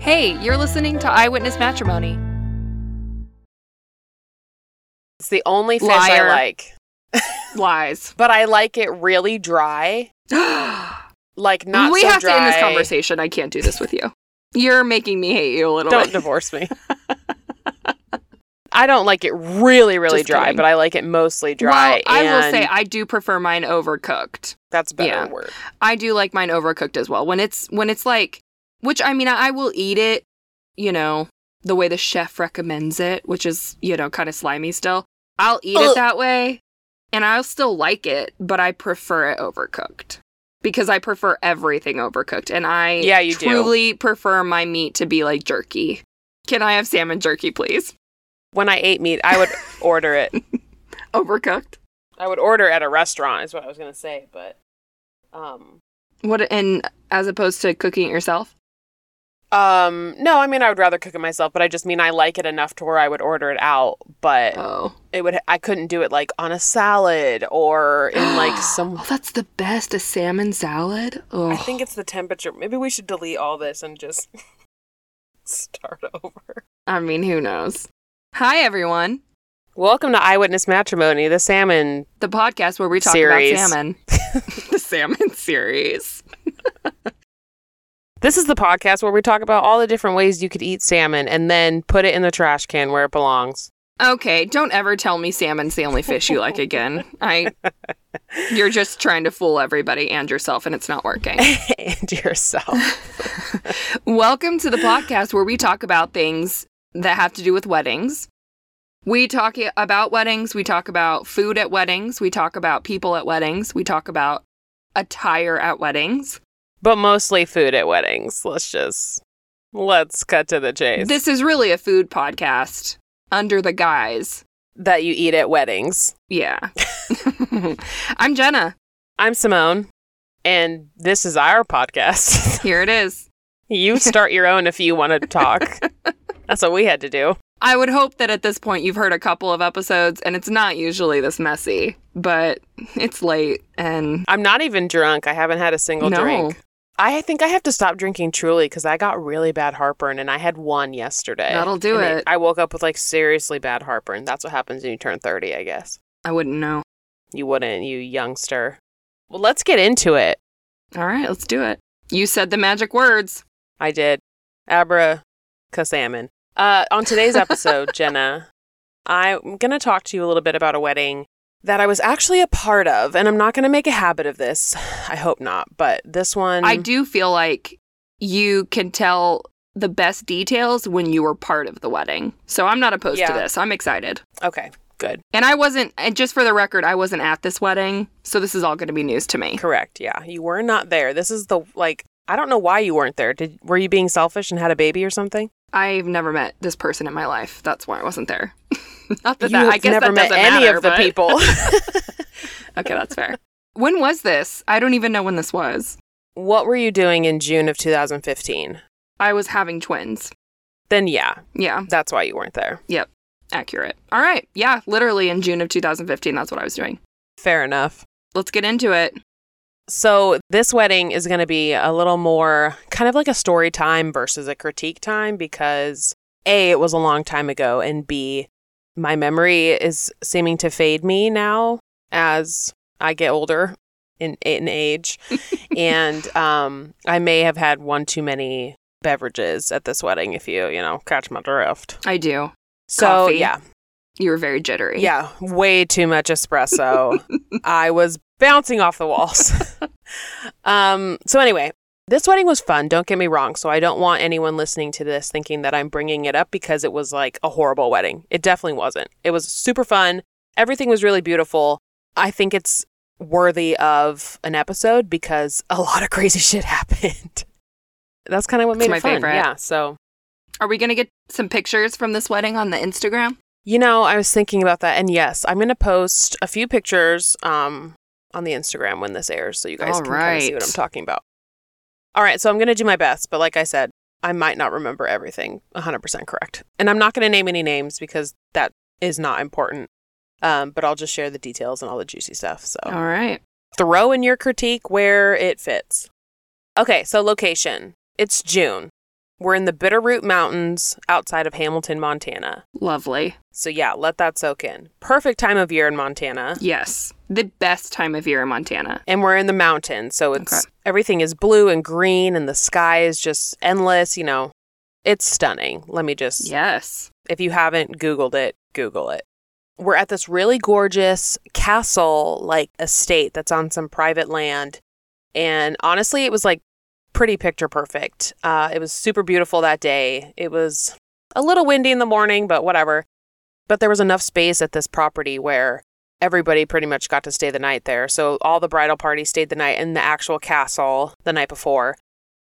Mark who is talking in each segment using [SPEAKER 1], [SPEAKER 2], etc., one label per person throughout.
[SPEAKER 1] Hey, you're listening to Eyewitness Matrimony.
[SPEAKER 2] It's the only fish
[SPEAKER 1] Liar.
[SPEAKER 2] I like.
[SPEAKER 1] Lies.
[SPEAKER 2] But I like it really dry. Like not
[SPEAKER 1] we
[SPEAKER 2] so
[SPEAKER 1] have to end this
[SPEAKER 2] dry.
[SPEAKER 1] conversation. I can't do this with you. You're making me hate you a little
[SPEAKER 2] Don't
[SPEAKER 1] bit.
[SPEAKER 2] divorce me. I don't like it really, really
[SPEAKER 1] Just
[SPEAKER 2] dry,
[SPEAKER 1] kidding.
[SPEAKER 2] but I like it mostly
[SPEAKER 1] Well,
[SPEAKER 2] dry.
[SPEAKER 1] I will
[SPEAKER 2] and
[SPEAKER 1] say I do prefer mine overcooked.
[SPEAKER 2] that's a better
[SPEAKER 1] yeah.
[SPEAKER 2] word.
[SPEAKER 1] I do like mine overcooked as well. When it's when it's like, which I mean, I, I will eat it, you know, the way the chef recommends it, which is you know kind of slimy still. I'll eat it
[SPEAKER 2] Ugh.
[SPEAKER 1] that way, and I'll still like it, but I prefer it overcooked because I prefer everything overcooked, and I
[SPEAKER 2] Yeah, you do.
[SPEAKER 1] truly prefer my meat to be like jerky. Can I have salmon jerky, please?
[SPEAKER 2] When I ate meat, I would order it.
[SPEAKER 1] Overcooked.
[SPEAKER 2] I would order at a restaurant is what I was gonna say, but um,
[SPEAKER 1] What and as opposed to cooking it yourself?
[SPEAKER 2] um, no, I mean I would rather cook it myself, but I just mean I like it enough to where I would order it out, but
[SPEAKER 1] Oh,
[SPEAKER 2] it would I couldn't do it like on a salad or in like some
[SPEAKER 1] Oh, that's the best—a salmon salad. Oh.
[SPEAKER 2] I think it's the temperature. Maybe we should delete all this and just start over.
[SPEAKER 1] I mean, who knows? Hi, everyone.
[SPEAKER 2] Welcome to Eyewitness Matrimony, the salmon.
[SPEAKER 1] The podcast where we talk
[SPEAKER 2] Series.
[SPEAKER 1] about salmon. the salmon series.
[SPEAKER 2] This is the podcast where we talk about all the different ways you could eat salmon and then put it in the trash can where it belongs.
[SPEAKER 1] Okay, don't ever tell me salmon's the only fish you like again. I You're just trying to fool everybody and yourself and it's not working.
[SPEAKER 2] and yourself.
[SPEAKER 1] Welcome to the podcast where we talk about things that have to do with weddings. We talk i- about weddings, we talk about food at weddings, we talk about people at weddings, we talk about attire at weddings.
[SPEAKER 2] but mostly food at weddings. Let's just let's cut to the chase.
[SPEAKER 1] This is really a food podcast under the guise.
[SPEAKER 2] that you eat at weddings.
[SPEAKER 1] Yeah. I'm Jenna.
[SPEAKER 2] I'm Simone, and this is our podcast.
[SPEAKER 1] Here it is.
[SPEAKER 2] you start your own if you want to talk. That's what we had to do.
[SPEAKER 1] I would hope that at this point you've heard a couple of episodes and it's not usually this messy, but it's late and
[SPEAKER 2] I'm not even drunk. I haven't had a single
[SPEAKER 1] No.
[SPEAKER 2] drink. I think I have to stop drinking truly because I got really bad heartburn and I had one yesterday.
[SPEAKER 1] That'll do
[SPEAKER 2] And
[SPEAKER 1] it.
[SPEAKER 2] I woke up with like seriously bad heartburn. That's what happens when you turn 30, I guess.
[SPEAKER 1] I wouldn't know.
[SPEAKER 2] You wouldn't, you youngster. Well, let's get into it.
[SPEAKER 1] All right, let's do it. You said the magic words.
[SPEAKER 2] I did. Abra Kasamin. Uh, on today's episode, Jenna, I'm going to talk to you a little bit about a wedding that I was actually a part of, and I'm not going to make a habit of this. I hope not, but this one.
[SPEAKER 1] I do feel like you can tell the best details when you were part of the wedding. So I'm not opposed to
[SPEAKER 2] Yeah.
[SPEAKER 1] this. I'm excited.
[SPEAKER 2] Okay, good.
[SPEAKER 1] And I wasn't, and just for the record, I wasn't at this wedding. So this is all going to be news to me.
[SPEAKER 2] Correct. Yeah, you were not there. This is the like. I don't know why you weren't there. Did were you being selfish and had a baby or something?
[SPEAKER 1] I've never met this person in my life. That's why I wasn't there. Not that,
[SPEAKER 2] you
[SPEAKER 1] that I
[SPEAKER 2] have
[SPEAKER 1] guess
[SPEAKER 2] never
[SPEAKER 1] that
[SPEAKER 2] met
[SPEAKER 1] doesn't
[SPEAKER 2] any
[SPEAKER 1] matter,
[SPEAKER 2] of the
[SPEAKER 1] but-
[SPEAKER 2] people.
[SPEAKER 1] okay, that's fair. When was this? I don't even know when this was.
[SPEAKER 2] what were you doing in June of 2015?
[SPEAKER 1] I was having twins.
[SPEAKER 2] Then yeah,
[SPEAKER 1] Yeah,
[SPEAKER 2] that's why you weren't there.
[SPEAKER 1] accurate. All right. Yeah, literally in June of 2015, that's what I was doing.
[SPEAKER 2] Fair enough.
[SPEAKER 1] Let's get into it.
[SPEAKER 2] So, this wedding is going to be a little more kind of like a story time versus a critique time because A, it was a long time ago, and B, my memory is seeming to fade me now as I get older in, in age. and um, I may have had one too many beverages at this wedding, if you, you know, catch my drift.
[SPEAKER 1] I do.
[SPEAKER 2] So,
[SPEAKER 1] Coffee.
[SPEAKER 2] yeah.
[SPEAKER 1] You were very jittery.
[SPEAKER 2] Yeah, way too much espresso. I was bouncing off the walls. um, so anyway, this wedding was fun, don't get me wrong. So I don't want anyone listening to this thinking that I'm bringing it up because it was like a horrible wedding. It definitely wasn't. It was super fun. Everything was really beautiful. I think it's worthy of an episode because a lot of crazy shit happened. That's kind of what
[SPEAKER 1] It's
[SPEAKER 2] made
[SPEAKER 1] my
[SPEAKER 2] it fun.
[SPEAKER 1] favorite.
[SPEAKER 2] Yeah, so
[SPEAKER 1] Are we going to get some pictures from this wedding on the Instagram?
[SPEAKER 2] You know, I was thinking about that, and yes, I'm going to post a few pictures um, on the Instagram when this airs, so you guys
[SPEAKER 1] All
[SPEAKER 2] can kind of see
[SPEAKER 1] right.
[SPEAKER 2] what I'm talking about. All right, so I'm going to do my best, but like I said, I might not remember everything 100% correct, and I'm not going to name any names because that is not important. Um, but I'll just share the details and all the juicy stuff. So
[SPEAKER 1] All right.
[SPEAKER 2] throw in your critique where it fits. Okay, so location. It's June. We're in the Bitterroot Mountains outside of Hamilton, Montana.
[SPEAKER 1] Lovely.
[SPEAKER 2] So, yeah, let that soak in. Perfect time of year in Montana.
[SPEAKER 1] Yes. The best time of year in Montana.
[SPEAKER 2] And we're in the mountains. So, it's
[SPEAKER 1] Okay.
[SPEAKER 2] everything is blue and green, and the sky is just endless. You know, it's stunning. Let me just
[SPEAKER 1] Yes.
[SPEAKER 2] If you haven't Googled it, Google it. We're at this really gorgeous castle like estate that's on some private land. And honestly, it was like pretty picture perfect. Uh, it was super beautiful that day. It was a little windy in the morning, but whatever. But there was enough space at this property where everybody pretty much got to stay the night there. So all the bridal party stayed the night in the actual castle the night before.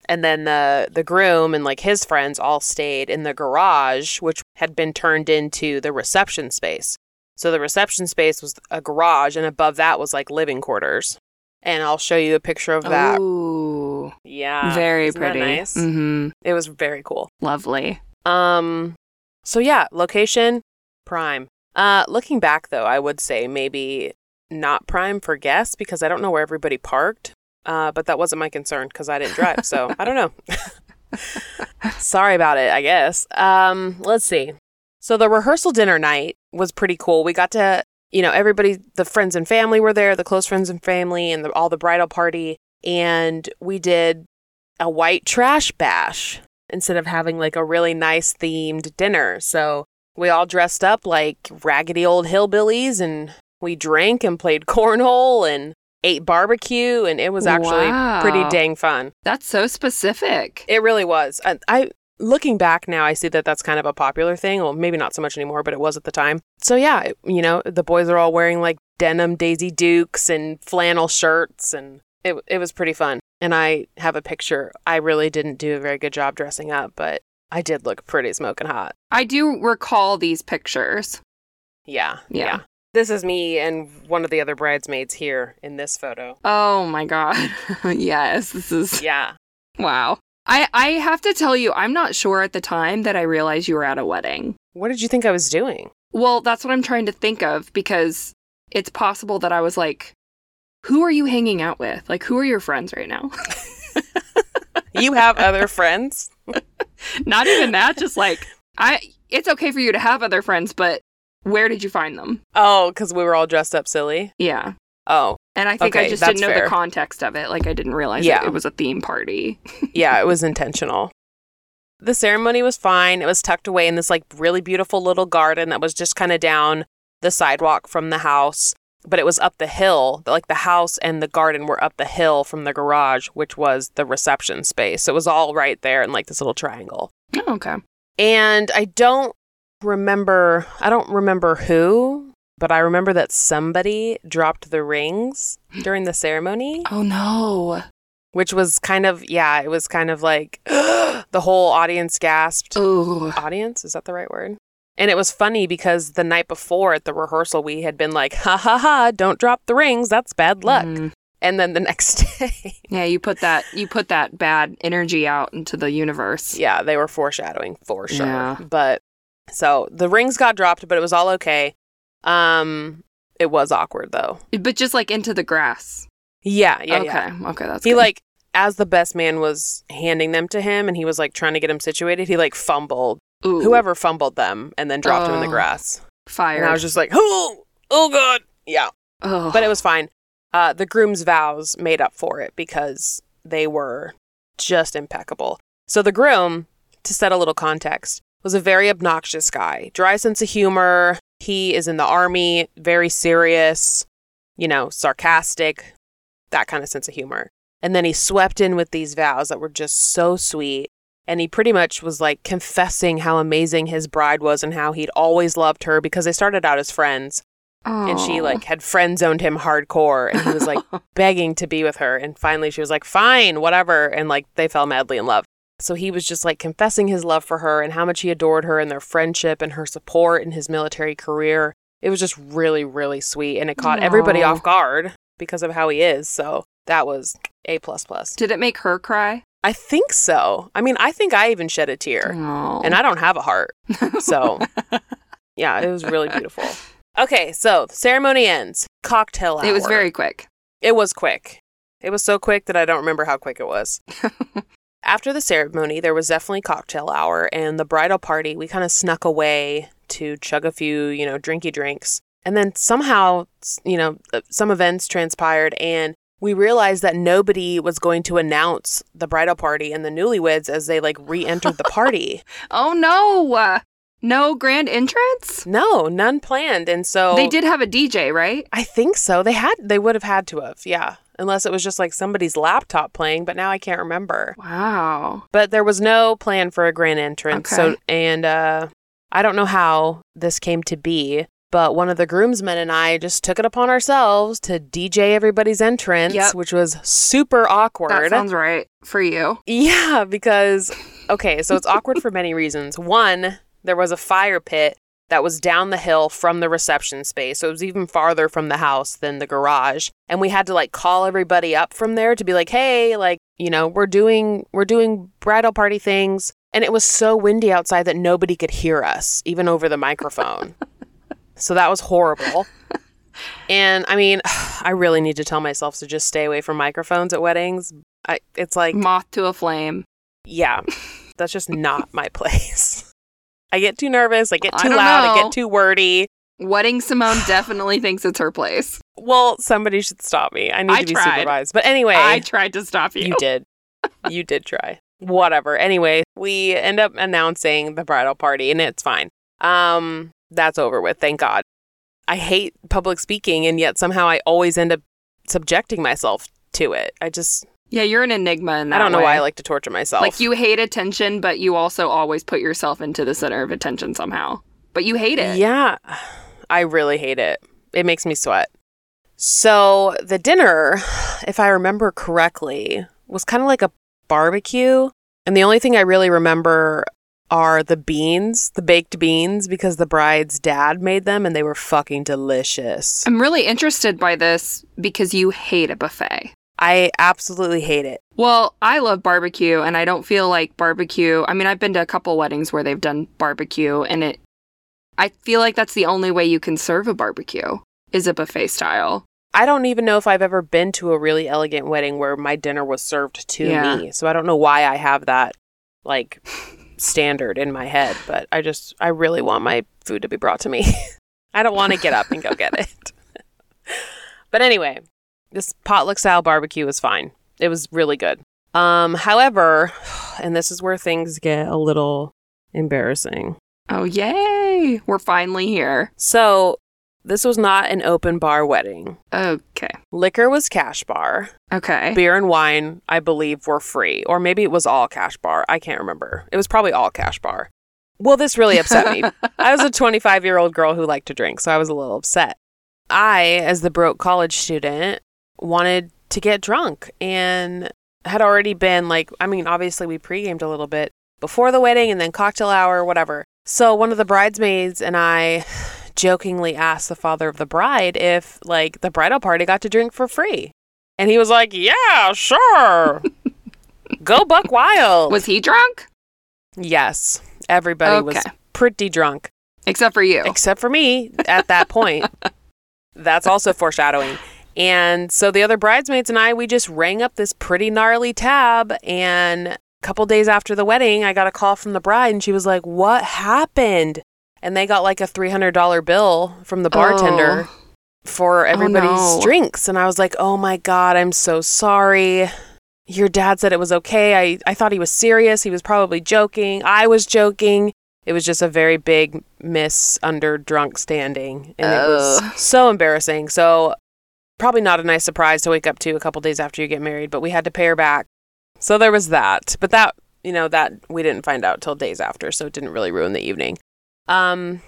[SPEAKER 2] And then the the groom and like his friends all stayed in the garage, which had been turned into the reception space. So the reception space was a garage, and above that was like living quarters. And I'll show you a picture
[SPEAKER 1] Oh,
[SPEAKER 2] of that.
[SPEAKER 1] Ooh.
[SPEAKER 2] yeah,
[SPEAKER 1] very
[SPEAKER 2] isn't that
[SPEAKER 1] pretty.
[SPEAKER 2] nice?
[SPEAKER 1] Mm-hmm.
[SPEAKER 2] It was very cool.
[SPEAKER 1] Lovely.
[SPEAKER 2] Um, so yeah, location prime. Uh, looking back though, I would say maybe not prime for guests because I don't know where everybody parked. Uh, but that wasn't my concern because I didn't drive, so I don't know. Sorry about it, I guess. Um, let's see. So the rehearsal dinner night was pretty cool. We got to, you know, everybody, the friends and family were there, the close friends and family, and the, all the bridal party, and we did a white trash bash instead of having like a really nice themed dinner. So we all dressed up like raggedy old hillbillies and we drank and played cornhole and ate barbecue and it was actually pretty
[SPEAKER 1] Wow.
[SPEAKER 2] dang fun.
[SPEAKER 1] That's so specific.
[SPEAKER 2] It really was. I, I looking back now, I see that that's kind of a popular thing. Well, maybe not so much anymore, but it was at the time. So yeah, it- you know, the boys are all wearing like denim Daisy Dukes and flannel shirts, and it it was pretty fun. And I have a picture. I really didn't do a very good job dressing up, but I did look pretty smoking hot.
[SPEAKER 1] I do recall these pictures.
[SPEAKER 2] Yeah,
[SPEAKER 1] Yeah.
[SPEAKER 2] This is me and one of the other bridesmaids here in this photo.
[SPEAKER 1] Oh my god. yes, this is
[SPEAKER 2] Yeah.
[SPEAKER 1] wow. I I have to tell you, I'm not sure at the time that I realized you were at a wedding.
[SPEAKER 2] What did you think I was doing?
[SPEAKER 1] Well, that's what I'm trying to think of because it's possible that I was like, who are you hanging out with? Like, who are your friends right now?
[SPEAKER 2] You have other friends?
[SPEAKER 1] Not even that, just like, I, it's okay for you to have other friends, but where did you find them?
[SPEAKER 2] Oh, because we were all dressed up silly.
[SPEAKER 1] Yeah.
[SPEAKER 2] Oh,
[SPEAKER 1] And I think I
[SPEAKER 2] Okay,
[SPEAKER 1] just
[SPEAKER 2] that's
[SPEAKER 1] didn't know
[SPEAKER 2] fair.
[SPEAKER 1] the context of it. Like, I didn't realize
[SPEAKER 2] Yeah.
[SPEAKER 1] it, it was a theme party.
[SPEAKER 2] yeah, it was intentional. The ceremony was fine. It was tucked away in this like really beautiful little garden that was just kind of down the sidewalk from the house, but it was up the hill. Like the house and the garden were up the hill from the garage, which was the reception space. So it was all right there in like this little triangle.
[SPEAKER 1] Oh, okay.
[SPEAKER 2] And I don't remember, I don't remember who, but I remember that somebody dropped the rings during the ceremony
[SPEAKER 1] Oh, no.
[SPEAKER 2] which was kind of yeah it was kind of like the whole audience gasped
[SPEAKER 1] Oh,
[SPEAKER 2] audience is that the right word and it was funny because the night before at the rehearsal we had been like ha ha ha don't drop the rings that's bad luck
[SPEAKER 1] Mm.
[SPEAKER 2] and then the next day
[SPEAKER 1] Yeah, you put that, you put that bad energy out into the universe.
[SPEAKER 2] yeah they were foreshadowing for sure
[SPEAKER 1] Yeah.
[SPEAKER 2] but so the rings got dropped but it was all okay um it was awkward though
[SPEAKER 1] But just like into the grass.
[SPEAKER 2] yeah yeah
[SPEAKER 1] okay.
[SPEAKER 2] yeah
[SPEAKER 1] Okay. That's
[SPEAKER 2] he
[SPEAKER 1] good.
[SPEAKER 2] like as the best man was handing them to him and he was like trying to get him situated he like fumbled
[SPEAKER 1] Ooh,
[SPEAKER 2] whoever fumbled them and then dropped him in the
[SPEAKER 1] Oh.
[SPEAKER 2] grass.
[SPEAKER 1] fired.
[SPEAKER 2] And I was just like, oh, oh god, yeah.
[SPEAKER 1] oh,
[SPEAKER 2] But it was fine. Uh, the groom's vows made up for it because they were just impeccable. So the groom, to set a little context, was a very obnoxious guy, dry sense of humor. He is in the army, very serious, you know, sarcastic, that kind of sense of humor. And then he swept in with these vows that were just so sweet. And he pretty much was like confessing how amazing his bride was and how he'd always loved her because they started out as friends and she
[SPEAKER 1] Oh.
[SPEAKER 2] like had friend zoned him hardcore and he was like begging to be with her and finally she was like fine whatever and like they fell madly in love so he was just like confessing his love for her and how much he adored her and their friendship and her support in his military career it was just really really sweet and it caught everybody
[SPEAKER 1] Aw.
[SPEAKER 2] off guard because of how he is so that was a plus plus
[SPEAKER 1] Did it make her cry?
[SPEAKER 2] i think so i mean i think i even shed a tear
[SPEAKER 1] Oh.
[SPEAKER 2] and I don't have a heart. So, yeah, it was really beautiful. Okay, so the ceremony ends. Cocktail hour.
[SPEAKER 1] it was very quick.
[SPEAKER 2] It was quick. It was so quick that I don't remember how quick it was. after the ceremony, there was definitely cocktail hour and the bridal party. We kind of snuck away to chug a few, you know, drinky drinks. And then somehow, s- you know, uh, some events transpired and we realized that nobody was going to announce the bridal party and the newlyweds as they like re entered the party.
[SPEAKER 1] Oh no. Uh, no grand entrance?
[SPEAKER 2] No, none planned. And so
[SPEAKER 1] They did have a DJ, right?
[SPEAKER 2] I think so. They had, they would have had to have, yeah. Unless it was just like somebody's laptop playing, but now I can't remember.
[SPEAKER 1] Wow.
[SPEAKER 2] but there was no plan for a grand entrance. So,
[SPEAKER 1] Okay.
[SPEAKER 2] and uh, I don't know how this came to be, but one of the groomsmen and I just took it upon ourselves to DJ everybody's entrance,
[SPEAKER 1] Yep.
[SPEAKER 2] which was super
[SPEAKER 1] That
[SPEAKER 2] awkward.
[SPEAKER 1] sounds right for you.
[SPEAKER 2] yeah, because okay, so it's awkward for many reasons. One, there was a fire pit that was down the hill from the reception space. So it was even farther from the house than the garage. And we had to like call everybody up from there to be like, "Hey, like, you know, we're doing we're doing bridal party things." And it was so windy outside that nobody could hear us even over the microphone. so that was horrible. And I mean, I really need to tell myself to just stay away from microphones at weddings. I, it's like
[SPEAKER 1] Moth to a flame.
[SPEAKER 2] yeah, that's just not my place. I get too nervous. I get
[SPEAKER 1] I
[SPEAKER 2] too
[SPEAKER 1] don't
[SPEAKER 2] loud. I
[SPEAKER 1] know.
[SPEAKER 2] get too wordy.
[SPEAKER 1] Wedding Simone definitely thinks it's her place.
[SPEAKER 2] Well, somebody should stop me. I need
[SPEAKER 1] I
[SPEAKER 2] to be
[SPEAKER 1] tried.
[SPEAKER 2] supervised. But anyway,
[SPEAKER 1] I tried to stop you.
[SPEAKER 2] you did. You did try. Whatever. Anyway, we end up announcing the bridal party, and it's fine. Um, that's over with. Thank God. I hate public speaking, and yet somehow I always end up subjecting myself to it. I just
[SPEAKER 1] Yeah, you're an enigma in that
[SPEAKER 2] I don't know
[SPEAKER 1] way.
[SPEAKER 2] why I like to torture myself.
[SPEAKER 1] Like you hate attention, but you also always put yourself into the center of attention somehow. But you hate it.
[SPEAKER 2] Yeah. I really hate it. It makes me sweat. So, the dinner, if I remember correctly, was kind of like a barbecue. And the only thing I really remember are the beans, the baked beans, because the bride's dad made them and they were fucking delicious.
[SPEAKER 1] I'm really interested by this because you hate a buffet.
[SPEAKER 2] I absolutely hate it.
[SPEAKER 1] Well, I love barbecue and I don't feel like barbecue. I mean, I've been to a couple weddings where they've done barbecue and it I feel like that's the only way you can serve a barbecue is a buffet style.
[SPEAKER 2] I don't even know if I've ever been to a really elegant wedding where my dinner was served to
[SPEAKER 1] Yeah.
[SPEAKER 2] me. So I don't know why I have that like standard in my head, but I just I really want my food to be brought to me. I don't want to get up and go get it. but anyway, this potluck style barbecue was fine. It was really good. Um however, and this is where things get a little embarrassing.
[SPEAKER 1] Oh, yay. We're finally here.
[SPEAKER 2] So, this was not an open bar wedding.
[SPEAKER 1] Okay.
[SPEAKER 2] Liquor was cash bar.
[SPEAKER 1] Okay.
[SPEAKER 2] beer and wine i believe were free or maybe it was all cash bar i can't remember it was probably all cash bar well this really upset me i was a 25 year old girl who liked to drink so i was a little upset i as the broke college student wanted to get drunk and had already been like i mean obviously we pre-gamed a little bit before the wedding and then cocktail hour whatever so one of the bridesmaids and i jokingly asked the father of the bride if like the bridal party got to drink for free and he was like, "Yeah, sure. Go buck wild."
[SPEAKER 1] Was he drunk?
[SPEAKER 2] yes, everybody was
[SPEAKER 1] Okay.
[SPEAKER 2] pretty drunk
[SPEAKER 1] Except for you.
[SPEAKER 2] except for me at that point. That's also foreshadowing. And so the other bridesmaids and I, we just rang up this pretty gnarly tab. And a couple days after the wedding, I got a call from the bride and she was like, What happened? And they got like a $300 bill from the
[SPEAKER 1] Oh.
[SPEAKER 2] bartender for everybody's
[SPEAKER 1] no.
[SPEAKER 2] drinks. And I was like, oh my God, I'm so sorry. Your dad said it was okay. I, I thought he was serious. He was probably joking. I was joking. It was just a very big miss under drunk standing. And it
[SPEAKER 1] Oh.
[SPEAKER 2] was so embarrassing. So, probably not a nice surprise to wake up to a couple days after you get married, but we had to pay her back. So, there was that. But that, you know, that we didn't find out till days after. So, it didn't really ruin the evening. Um,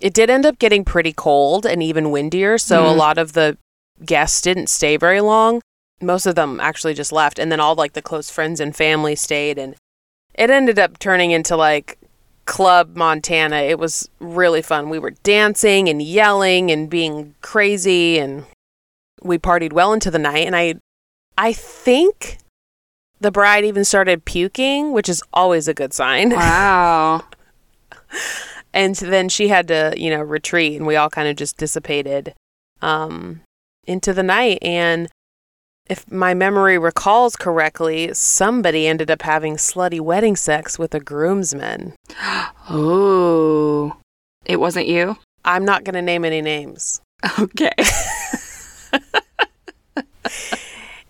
[SPEAKER 2] it did end up getting pretty cold and even windier, so a
[SPEAKER 1] Mhm.
[SPEAKER 2] lot of the guests didn't stay very long. Most of them actually just left, and then all like the close friends and family stayed, and it ended up turning into like Club Montana. It was really fun. We were dancing and yelling and being crazy, and we partied well into the night. And I, I think the bride even started puking, which is always a good sign.
[SPEAKER 1] Oh, Wow.
[SPEAKER 2] and then she had to you know retreat and we all kind of just dissipated um into the night and if my memory recalls correctly, somebody ended up having slutty wedding sex with a groomsman.
[SPEAKER 1] Oh, it wasn't you?
[SPEAKER 2] I'm not going to name any names.
[SPEAKER 1] Okay.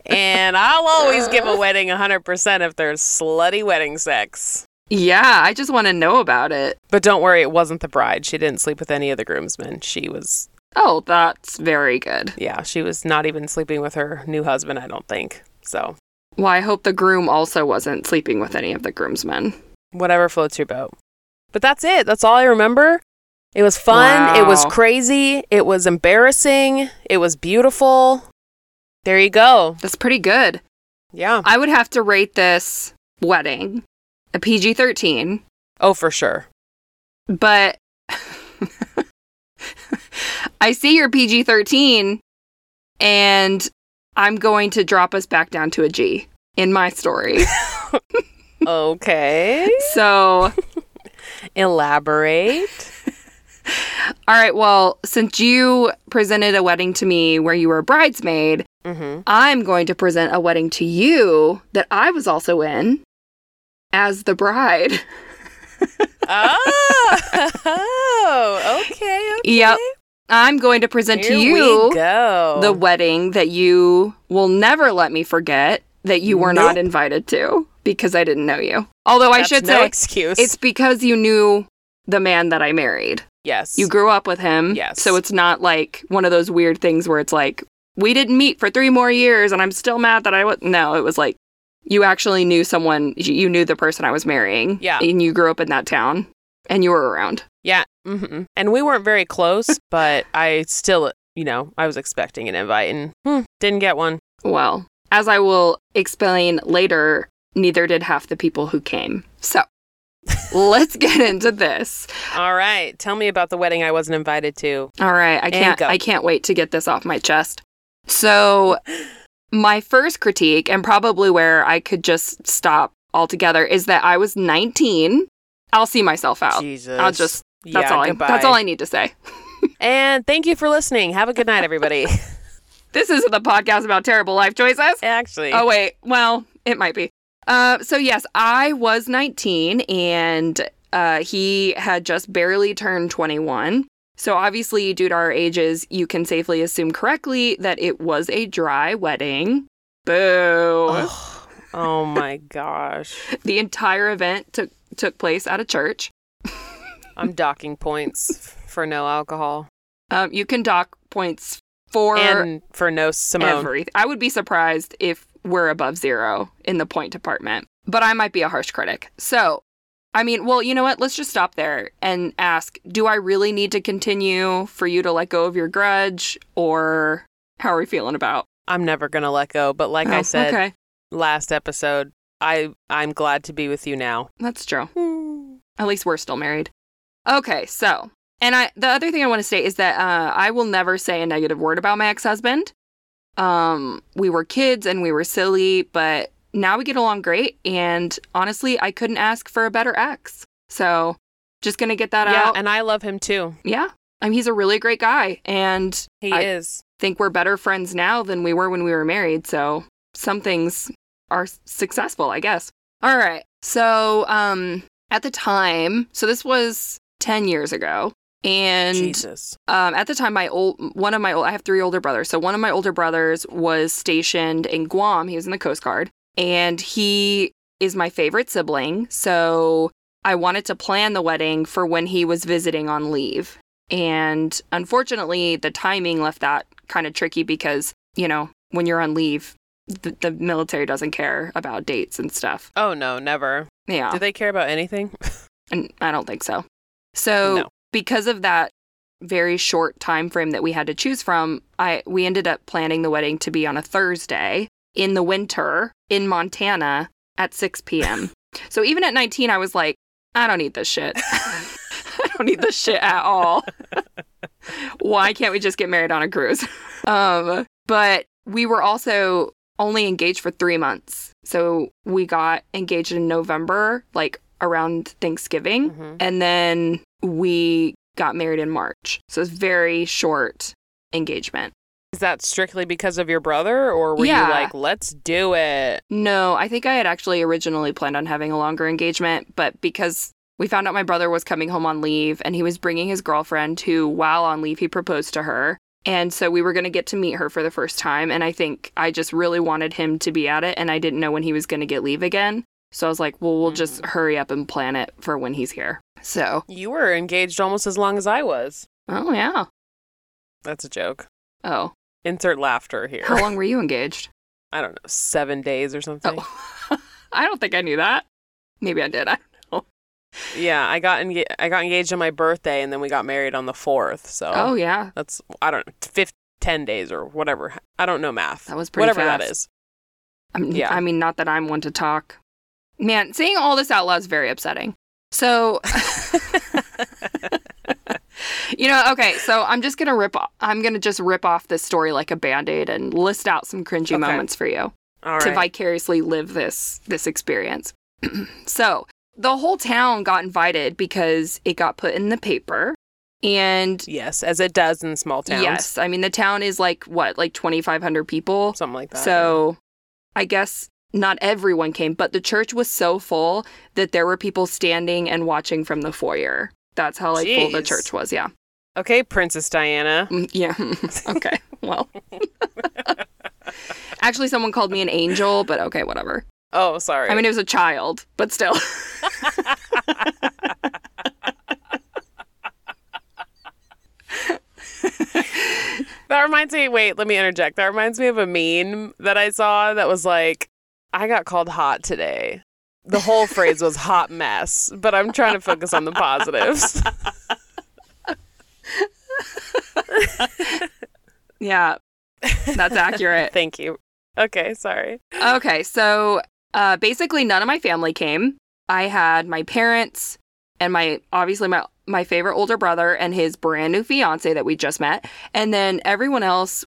[SPEAKER 2] And I'll always give a wedding 100% if there's slutty wedding sex.
[SPEAKER 1] yeah, I just want to know about it.
[SPEAKER 2] But don't worry, it wasn't the bride. She didn't sleep with any of the groomsmen. She was,
[SPEAKER 1] Oh, that's very good.
[SPEAKER 2] yeah, she was not even sleeping with her new husband, I don't think. So,
[SPEAKER 1] Well, I hope the groom also wasn't sleeping with any of the groomsmen.
[SPEAKER 2] whatever floats your boat. But that's it. That's all I remember. It was fun. It was
[SPEAKER 1] Wow.
[SPEAKER 2] crazy. It was embarrassing. It was beautiful. There you go.
[SPEAKER 1] That's pretty good.
[SPEAKER 2] Yeah.
[SPEAKER 1] I would have to rate this wedding a PG 13,
[SPEAKER 2] Oh, for sure.
[SPEAKER 1] but I see your PG 13 and I'm going to drop us back down to a G in my story.
[SPEAKER 2] Okay.
[SPEAKER 1] so,
[SPEAKER 2] Elaborate.
[SPEAKER 1] all right, well, since you presented a wedding to me where you were a bridesmaid,
[SPEAKER 2] Mm-hmm.
[SPEAKER 1] I'm going to present a wedding to you that I was also in as the bride.
[SPEAKER 2] Oh, okay. okay.
[SPEAKER 1] Yep. I'm going to present to
[SPEAKER 2] Here
[SPEAKER 1] you
[SPEAKER 2] we go.
[SPEAKER 1] the wedding that you will never let me forget that you were not
[SPEAKER 2] Nope.
[SPEAKER 1] invited to because I didn't know you. Although I
[SPEAKER 2] That's
[SPEAKER 1] should
[SPEAKER 2] no
[SPEAKER 1] say
[SPEAKER 2] excuse.
[SPEAKER 1] it's because you knew the man that I married.
[SPEAKER 2] yes.
[SPEAKER 1] You grew up with him.
[SPEAKER 2] Yes.
[SPEAKER 1] So it's not like one of those weird things where it's like, we didn't meet for three more years and I'm still mad that I was. No, it was like, you actually knew someone, y- you knew the person I was marrying.
[SPEAKER 2] Yeah.
[SPEAKER 1] And you grew up in that town and you were around.
[SPEAKER 2] yeah. hmm And we weren't very close, but I still, you know, I was expecting an invite and hmm, didn't get one.
[SPEAKER 1] Well, as I will explain later, neither did half the people who came. So let's get into this.
[SPEAKER 2] All right. Tell me about the wedding I wasn't invited to.
[SPEAKER 1] All right, I
[SPEAKER 2] And
[SPEAKER 1] can't
[SPEAKER 2] go.
[SPEAKER 1] I can't wait to get this off my chest. So my first critique and probably where I could just stop altogether is that I was 19. I'll see myself out.
[SPEAKER 2] Jesus.
[SPEAKER 1] I'll just that's all I,
[SPEAKER 2] goodbye.
[SPEAKER 1] that's all I need to say.
[SPEAKER 2] And thank you for listening. Have a good night, everybody.
[SPEAKER 1] This is the podcast about terrible life choices.
[SPEAKER 2] Actually.
[SPEAKER 1] Oh wait, well, it might be. Uh, so yes, I was 19, and uh, he had just barely turned 21. So obviously, due to our ages, you can safely assume correctly that it was a dry wedding. Boo!
[SPEAKER 2] Ugh. oh my gosh.
[SPEAKER 1] The entire event took took place at a church.
[SPEAKER 2] I'm docking points for no alcohol
[SPEAKER 1] Um, you can dock points for
[SPEAKER 2] and for no Simone.
[SPEAKER 1] everything. I would be surprised if we're above zero in the point department, but I might be a harsh critic. So, I mean, well, you know what? Let's just stop there and ask do I really need to continue for you to let go of your grudge, or how are we feeling about?
[SPEAKER 2] I'm never gonna let go. But like I
[SPEAKER 1] Oh,
[SPEAKER 2] said
[SPEAKER 1] Okay,
[SPEAKER 2] last episode, I I'm glad to be with you now.
[SPEAKER 1] that's true. At least we're still married. Okay, so. And I, the other thing I want to say is that uh, I will never say a negative word about my ex husband. Um, we were kids and we were silly, but now we get along great. And honestly, I couldn't ask for a better ex. So just going to get that
[SPEAKER 2] Yeah,
[SPEAKER 1] out.
[SPEAKER 2] and I love him too.
[SPEAKER 1] yeah. I mean, he's a really great guy. And
[SPEAKER 2] He
[SPEAKER 1] I-
[SPEAKER 2] is.
[SPEAKER 1] think we're better friends now than we were when we were married. So some things are s- successful, I guess. All right. So um, at the time, so this was 10 years ago. And
[SPEAKER 2] Jesus.
[SPEAKER 1] um, at the time, my old one of my old, I have three older brothers. So one of my older brothers was stationed in Guam. He was in the Coast Guard, and he is my favorite sibling. So I wanted to plan the wedding for when he was visiting on leave, and unfortunately, the timing left that kind of tricky because you know when you're on leave, the, the military doesn't care about dates and stuff.
[SPEAKER 2] Oh no, never.
[SPEAKER 1] Yeah,
[SPEAKER 2] Do they care about anything?
[SPEAKER 1] and I don't think so. So
[SPEAKER 2] No.
[SPEAKER 1] because of that very short time frame that we had to choose from, I we ended up planning the wedding to be on a Thursday in the winter in Montana at 6 p.m. so even at 19 I was like, I don't need this shit. I don't need this shit at all. Why can't we just get married on a cruise? Um, but we were also only engaged for 3 months. So we got engaged in November like around Thanksgiving
[SPEAKER 2] Mhm.
[SPEAKER 1] and then we got married in March. So it's very short engagement.
[SPEAKER 2] Is that strictly because of your brother, or were
[SPEAKER 1] Yeah.
[SPEAKER 2] you like, let's do it?
[SPEAKER 1] No, I think I had actually originally planned on having a longer engagement, but because we found out my brother was coming home on leave and he was bringing his girlfriend who, while on leave, he proposed to her. And so we were going to get to meet her for the first time. And I think I just really wanted him to be at it and I didn't know when he was going to get leave again. So I was like, well, we'll just hurry up and plan it for when he's here. So,
[SPEAKER 2] You were engaged almost as long as I was.
[SPEAKER 1] oh, yeah.
[SPEAKER 2] That's a joke.
[SPEAKER 1] Oh,
[SPEAKER 2] Insert laughter here.
[SPEAKER 1] how long were you engaged?
[SPEAKER 2] I don't know, seven days or something.
[SPEAKER 1] Oh, I don't think I knew that. Maybe I did. I-
[SPEAKER 2] Yeah, I got enga- I got engaged on my birthday, and then we got married on the fourth. So
[SPEAKER 1] Oh, yeah.
[SPEAKER 2] that's I don't know, fif- ten days or whatever. I don't know math.
[SPEAKER 1] That was pretty
[SPEAKER 2] whatever that
[SPEAKER 1] fast.
[SPEAKER 2] is.
[SPEAKER 1] I'm,
[SPEAKER 2] Yeah.
[SPEAKER 1] I mean, not that I'm one to talk. Man, saying all this out loud is very upsetting. So, you know, okay, so I'm just going to rip off, I'm going to just rip off this story like a band-aid and list out some cringy
[SPEAKER 2] Okay.
[SPEAKER 1] moments for you
[SPEAKER 2] All
[SPEAKER 1] to
[SPEAKER 2] right.
[SPEAKER 1] vicariously live this this experience. so, the whole town got invited because it got put in the paper and
[SPEAKER 2] yes, as it does in small towns.
[SPEAKER 1] yes, I mean the town is like what, like 2500 people.
[SPEAKER 2] something like that.
[SPEAKER 1] So I guess not everyone came, but the church was so full that there were people standing and watching from the foyer. That's how like full the
[SPEAKER 2] Jeez.
[SPEAKER 1] church was. Yeah.
[SPEAKER 2] okay, Princess Diana.
[SPEAKER 1] Mm, Yeah. okay. Well. Actually someone called me an angel, but okay, whatever.
[SPEAKER 2] Oh, sorry.
[SPEAKER 1] I mean it was a child, but still.
[SPEAKER 2] that reminds me. Wait, let me interject. That reminds me of a meme that I saw that was like, "I got called hot today." The whole phrase was "hot mess," but I'm trying to focus on the positives.
[SPEAKER 1] yeah. That's accurate.
[SPEAKER 2] Thank you. Okay, sorry.
[SPEAKER 1] Okay, so uh, basically, none of my family came. I had my parents and my obviously my my favorite older brother and his brand new fiance that we just met, and then everyone else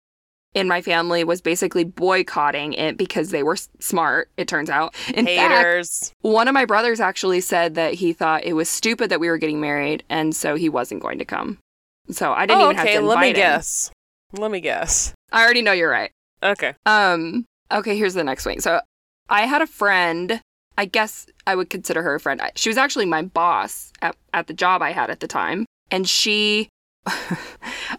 [SPEAKER 1] in my family was basically boycotting it because they were s- smart. It turns out, in fact,
[SPEAKER 2] Haters.
[SPEAKER 1] one of my brothers actually said that he thought it was stupid that we were getting married, and so he wasn't going to come. So I didn't
[SPEAKER 2] oh,
[SPEAKER 1] even
[SPEAKER 2] okay.
[SPEAKER 1] have to invite
[SPEAKER 2] let me
[SPEAKER 1] him.
[SPEAKER 2] guess. Let me guess.
[SPEAKER 1] I already know you're right.
[SPEAKER 2] Okay.
[SPEAKER 1] Um, okay, here's the next one. So I had a friend, I guess I would consider her a friend. I- She was actually my boss at, at the job I had at the time. And she, uh,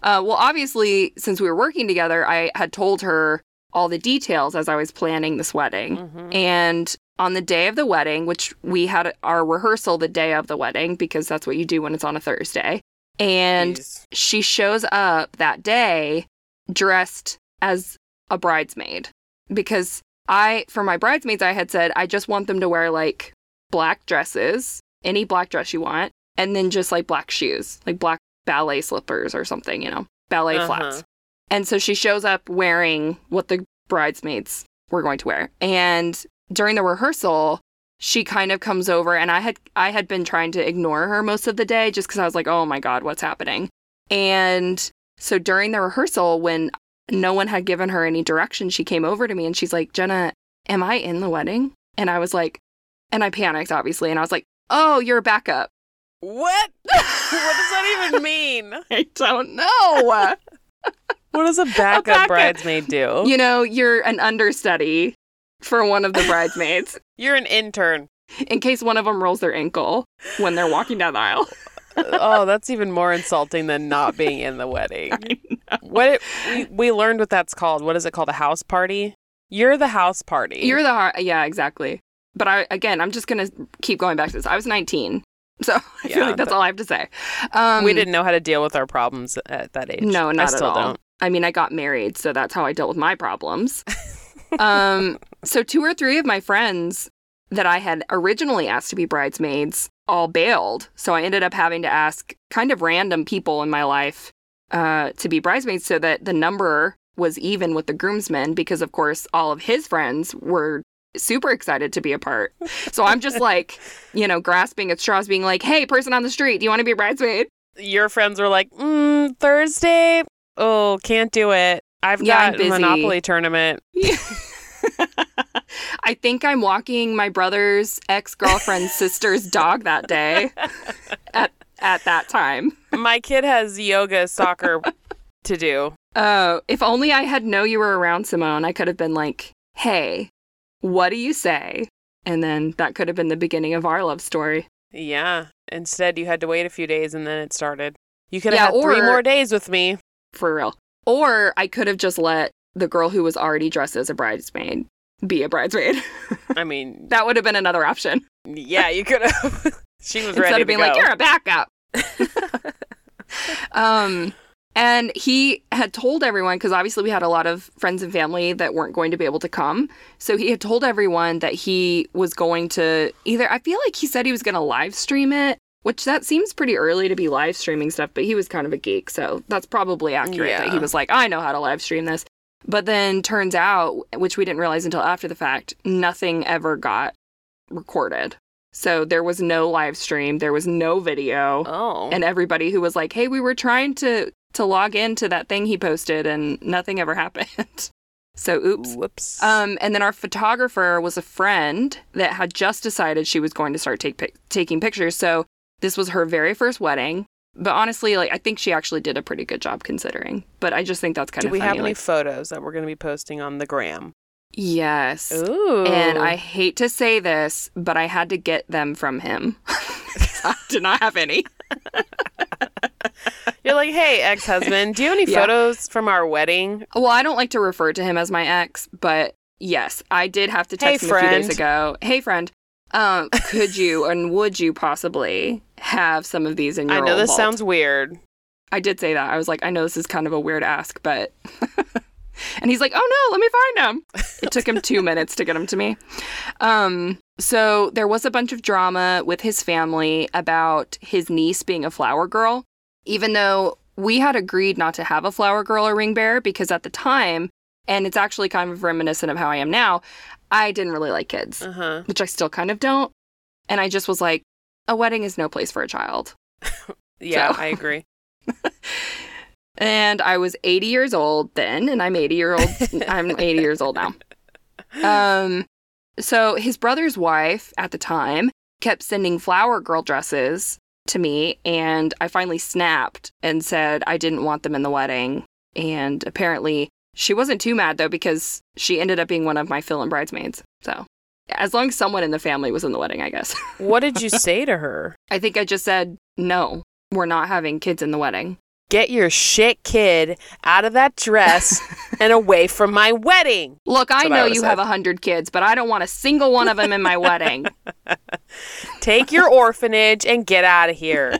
[SPEAKER 1] well, obviously, since we were working together, I had told her all the details as I was planning this wedding.
[SPEAKER 2] Mhm.
[SPEAKER 1] And on the day of the wedding, which we had our rehearsal the day of the wedding, because that's what you do when it's on a Thursday. And
[SPEAKER 2] Jeez.
[SPEAKER 1] she shows up that day dressed as a bridesmaid because I, for my bridesmaids, I had said I just want them to wear like black dresses, any black dress you want, and then just like black shoes, like black ballet slippers or something, you know, ballet
[SPEAKER 2] Uh-huh.
[SPEAKER 1] flats. And so she shows up wearing what the bridesmaids were going to wear. And during the rehearsal, she kind of comes over and I had I had been trying to ignore her most of the day just cuz I was like, "Oh my god, what's happening?" And so during the rehearsal when no one had given her any direction, she came over to me and she's like, "Jenna, am I in the wedding?" And I was like, and I panicked obviously and I was like, "Oh, you're a backup."
[SPEAKER 2] What? what does that even mean?
[SPEAKER 1] I don't know.
[SPEAKER 2] What does a backup,
[SPEAKER 1] backup.
[SPEAKER 2] bridesmaid do?
[SPEAKER 1] you know, you're an understudy for one of the bridesmaids
[SPEAKER 2] You're an intern.
[SPEAKER 1] in case one of them rolls their ankle when they're walking down the aisle.
[SPEAKER 2] oh, that's even more insulting than not being in the wedding. What it, we, we learned what that's called. What is it called? A house party? You're the house party.
[SPEAKER 1] You're the heart. Yeah, exactly. But I again, I'm just gonna keep going back to this. I was 19, so I feel
[SPEAKER 2] Yeah,
[SPEAKER 1] like that's all I have to say. Um,
[SPEAKER 2] we didn't know how to deal with our problems at that age.
[SPEAKER 1] No, not
[SPEAKER 2] I still
[SPEAKER 1] at all.
[SPEAKER 2] don't.
[SPEAKER 1] I mean, I got married, so that's how I dealt with my problems. um, so two or three of my friends that I had originally asked to be bridesmaids all bailed, so I ended up having to ask kind of random people in my life uh, to be bridesmaids, so that the number was even with the groomsmen, because of course all of his friends were super excited to be a part. So I'm just like, you know, grasping at straws, being like, "Hey, person on the street, do you want to be a bridesmaid?"
[SPEAKER 2] Your friends were like, mm, Thursday? Oh, can't do it. I've
[SPEAKER 1] Yeah, I'm
[SPEAKER 2] got a
[SPEAKER 1] busy."
[SPEAKER 2] Monopoly tournament.
[SPEAKER 1] I think I'm walking my brother's ex girlfriend's sister's dog that day at, at that time.
[SPEAKER 2] My kid has yoga soccer to do.
[SPEAKER 1] Oh, if only I had known you were around, Simone, I could have been like, hey, what do you say? And then that could have been the beginning of our love story.
[SPEAKER 2] Yeah. Instead, you had to wait a few days and then it started. You could
[SPEAKER 1] Yeah,
[SPEAKER 2] have had three
[SPEAKER 1] or-
[SPEAKER 2] more days with me.
[SPEAKER 1] for real. Or I could have just let the girl who was already dressed as a bridesmaid be a bridesmaid.
[SPEAKER 2] I mean,
[SPEAKER 1] that would have been another option.
[SPEAKER 2] yeah, you could have. she was
[SPEAKER 1] Instead
[SPEAKER 2] ready
[SPEAKER 1] of being
[SPEAKER 2] to
[SPEAKER 1] like,
[SPEAKER 2] go.
[SPEAKER 1] you're a backup. um, and he had told everyone, because obviously we had a lot of friends and family that weren't going to be able to come. So he had told everyone that he was going to either, I feel like he said he was going to live stream it, which that seems pretty early to be live streaming stuff, but he was kind of a geek. So that's probably accurate that he
[SPEAKER 2] Yeah.
[SPEAKER 1] was like, I know how to live stream this. But then turns out, which we didn't realize until after the fact, nothing ever got recorded. So there was no live stream, there was no video
[SPEAKER 2] oh.
[SPEAKER 1] and everybody who was like, "Hey, we were trying to to log into that thing he posted and nothing ever happened." so oops.
[SPEAKER 2] Whoops.
[SPEAKER 1] Um, and then our photographer was a friend that had just decided she was going to start take pic- taking pictures. So this was her very first wedding. But honestly, like I think she actually did a pretty good job considering. But I just think that's kind
[SPEAKER 2] Do
[SPEAKER 1] of
[SPEAKER 2] we
[SPEAKER 1] funny.
[SPEAKER 2] have any
[SPEAKER 1] like-
[SPEAKER 2] photos that we're going to be posting on the gram?
[SPEAKER 1] yes.
[SPEAKER 2] Ooh.
[SPEAKER 1] And I hate to say this, but I had to get them from him. I did not have any.
[SPEAKER 2] You're like, hey, ex husband, do you have any
[SPEAKER 1] Yeah.
[SPEAKER 2] photos from our wedding?
[SPEAKER 1] Well, I don't like to refer to him as my ex, but yes, I did have to
[SPEAKER 2] Hey,
[SPEAKER 1] text him a few days
[SPEAKER 2] friend.
[SPEAKER 1] ago. Hey, friend, um, could you and would you possibly have some of these in your?
[SPEAKER 2] I know
[SPEAKER 1] old
[SPEAKER 2] this
[SPEAKER 1] vault?
[SPEAKER 2] sounds weird.
[SPEAKER 1] I did say that. I was like, I know this is kind of a weird ask, but. and he's like, oh no, let me find them. It took him two minutes to get them to me. Um, so there was a bunch of drama with his family about his niece being a flower girl, even though we had agreed not to have a flower girl or ring bearer because at the time, and it's actually kind of reminiscent of how I am now, I didn't really like kids,
[SPEAKER 2] Uh huh.
[SPEAKER 1] which I still kind of don't. And I just was like, a wedding is no place for a child.
[SPEAKER 2] Yeah,
[SPEAKER 1] So-
[SPEAKER 2] I agree.
[SPEAKER 1] And I was 80 years old then, and I'm 80 year old. I'm 80 years old now. Um, so his brother's wife at the time kept sending flower girl dresses to me, and I finally snapped and said I didn't want them in the wedding. And apparently, she wasn't too mad though because she ended up being one of my fill-in bridesmaids. So, as long as someone in the family was in the wedding, I guess.
[SPEAKER 2] what did you say to her?
[SPEAKER 1] I think I just said no. We're not having kids in the wedding.
[SPEAKER 2] Get your shit kid out of that dress and away from my wedding.
[SPEAKER 1] Look,
[SPEAKER 2] That's
[SPEAKER 1] I
[SPEAKER 2] what I
[SPEAKER 1] know
[SPEAKER 2] would've
[SPEAKER 1] you
[SPEAKER 2] said.
[SPEAKER 1] have a hundred kids, but I don't want a single one of them in my wedding.
[SPEAKER 2] Take your orphanage and get out of here.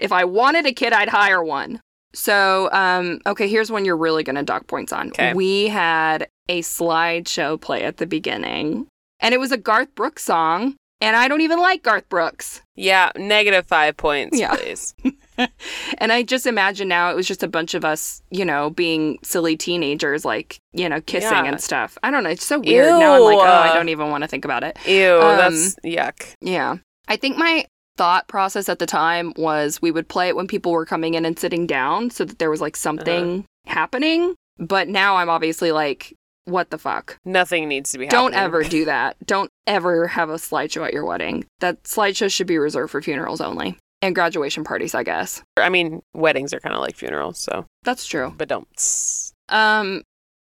[SPEAKER 1] If I wanted a kid, I'd hire one. So, um, okay, here's one you're really going to dock points on.
[SPEAKER 2] Okay.
[SPEAKER 1] We had a slideshow play at the beginning, and it was a Garth Brooks song, and I don't even like Garth Brooks.
[SPEAKER 2] Yeah, negative five points,
[SPEAKER 1] Yeah.
[SPEAKER 2] please.
[SPEAKER 1] And I just imagine now it was just a bunch of us, you know, being silly teenagers, like, you know, kissing
[SPEAKER 2] Yeah.
[SPEAKER 1] and stuff. I don't know. It's so weird. Now I'm like, oh,
[SPEAKER 2] Ew.
[SPEAKER 1] I don't even want to think about it.
[SPEAKER 2] Ew,
[SPEAKER 1] Um,
[SPEAKER 2] that's yuck.
[SPEAKER 1] Yeah. I think my thought process at the time was we would play it when people were coming in and sitting down so that there was like something happening. But now I'm obviously like, what the fuck?
[SPEAKER 2] Nothing needs to be
[SPEAKER 1] Don't
[SPEAKER 2] happening.
[SPEAKER 1] ever do that. Don't ever have a slideshow at your wedding. That slideshow should be reserved for funerals only and graduation parties, I guess.
[SPEAKER 2] I mean, weddings are kind of like funerals, so,
[SPEAKER 1] That's true.
[SPEAKER 2] but don't.
[SPEAKER 1] Um,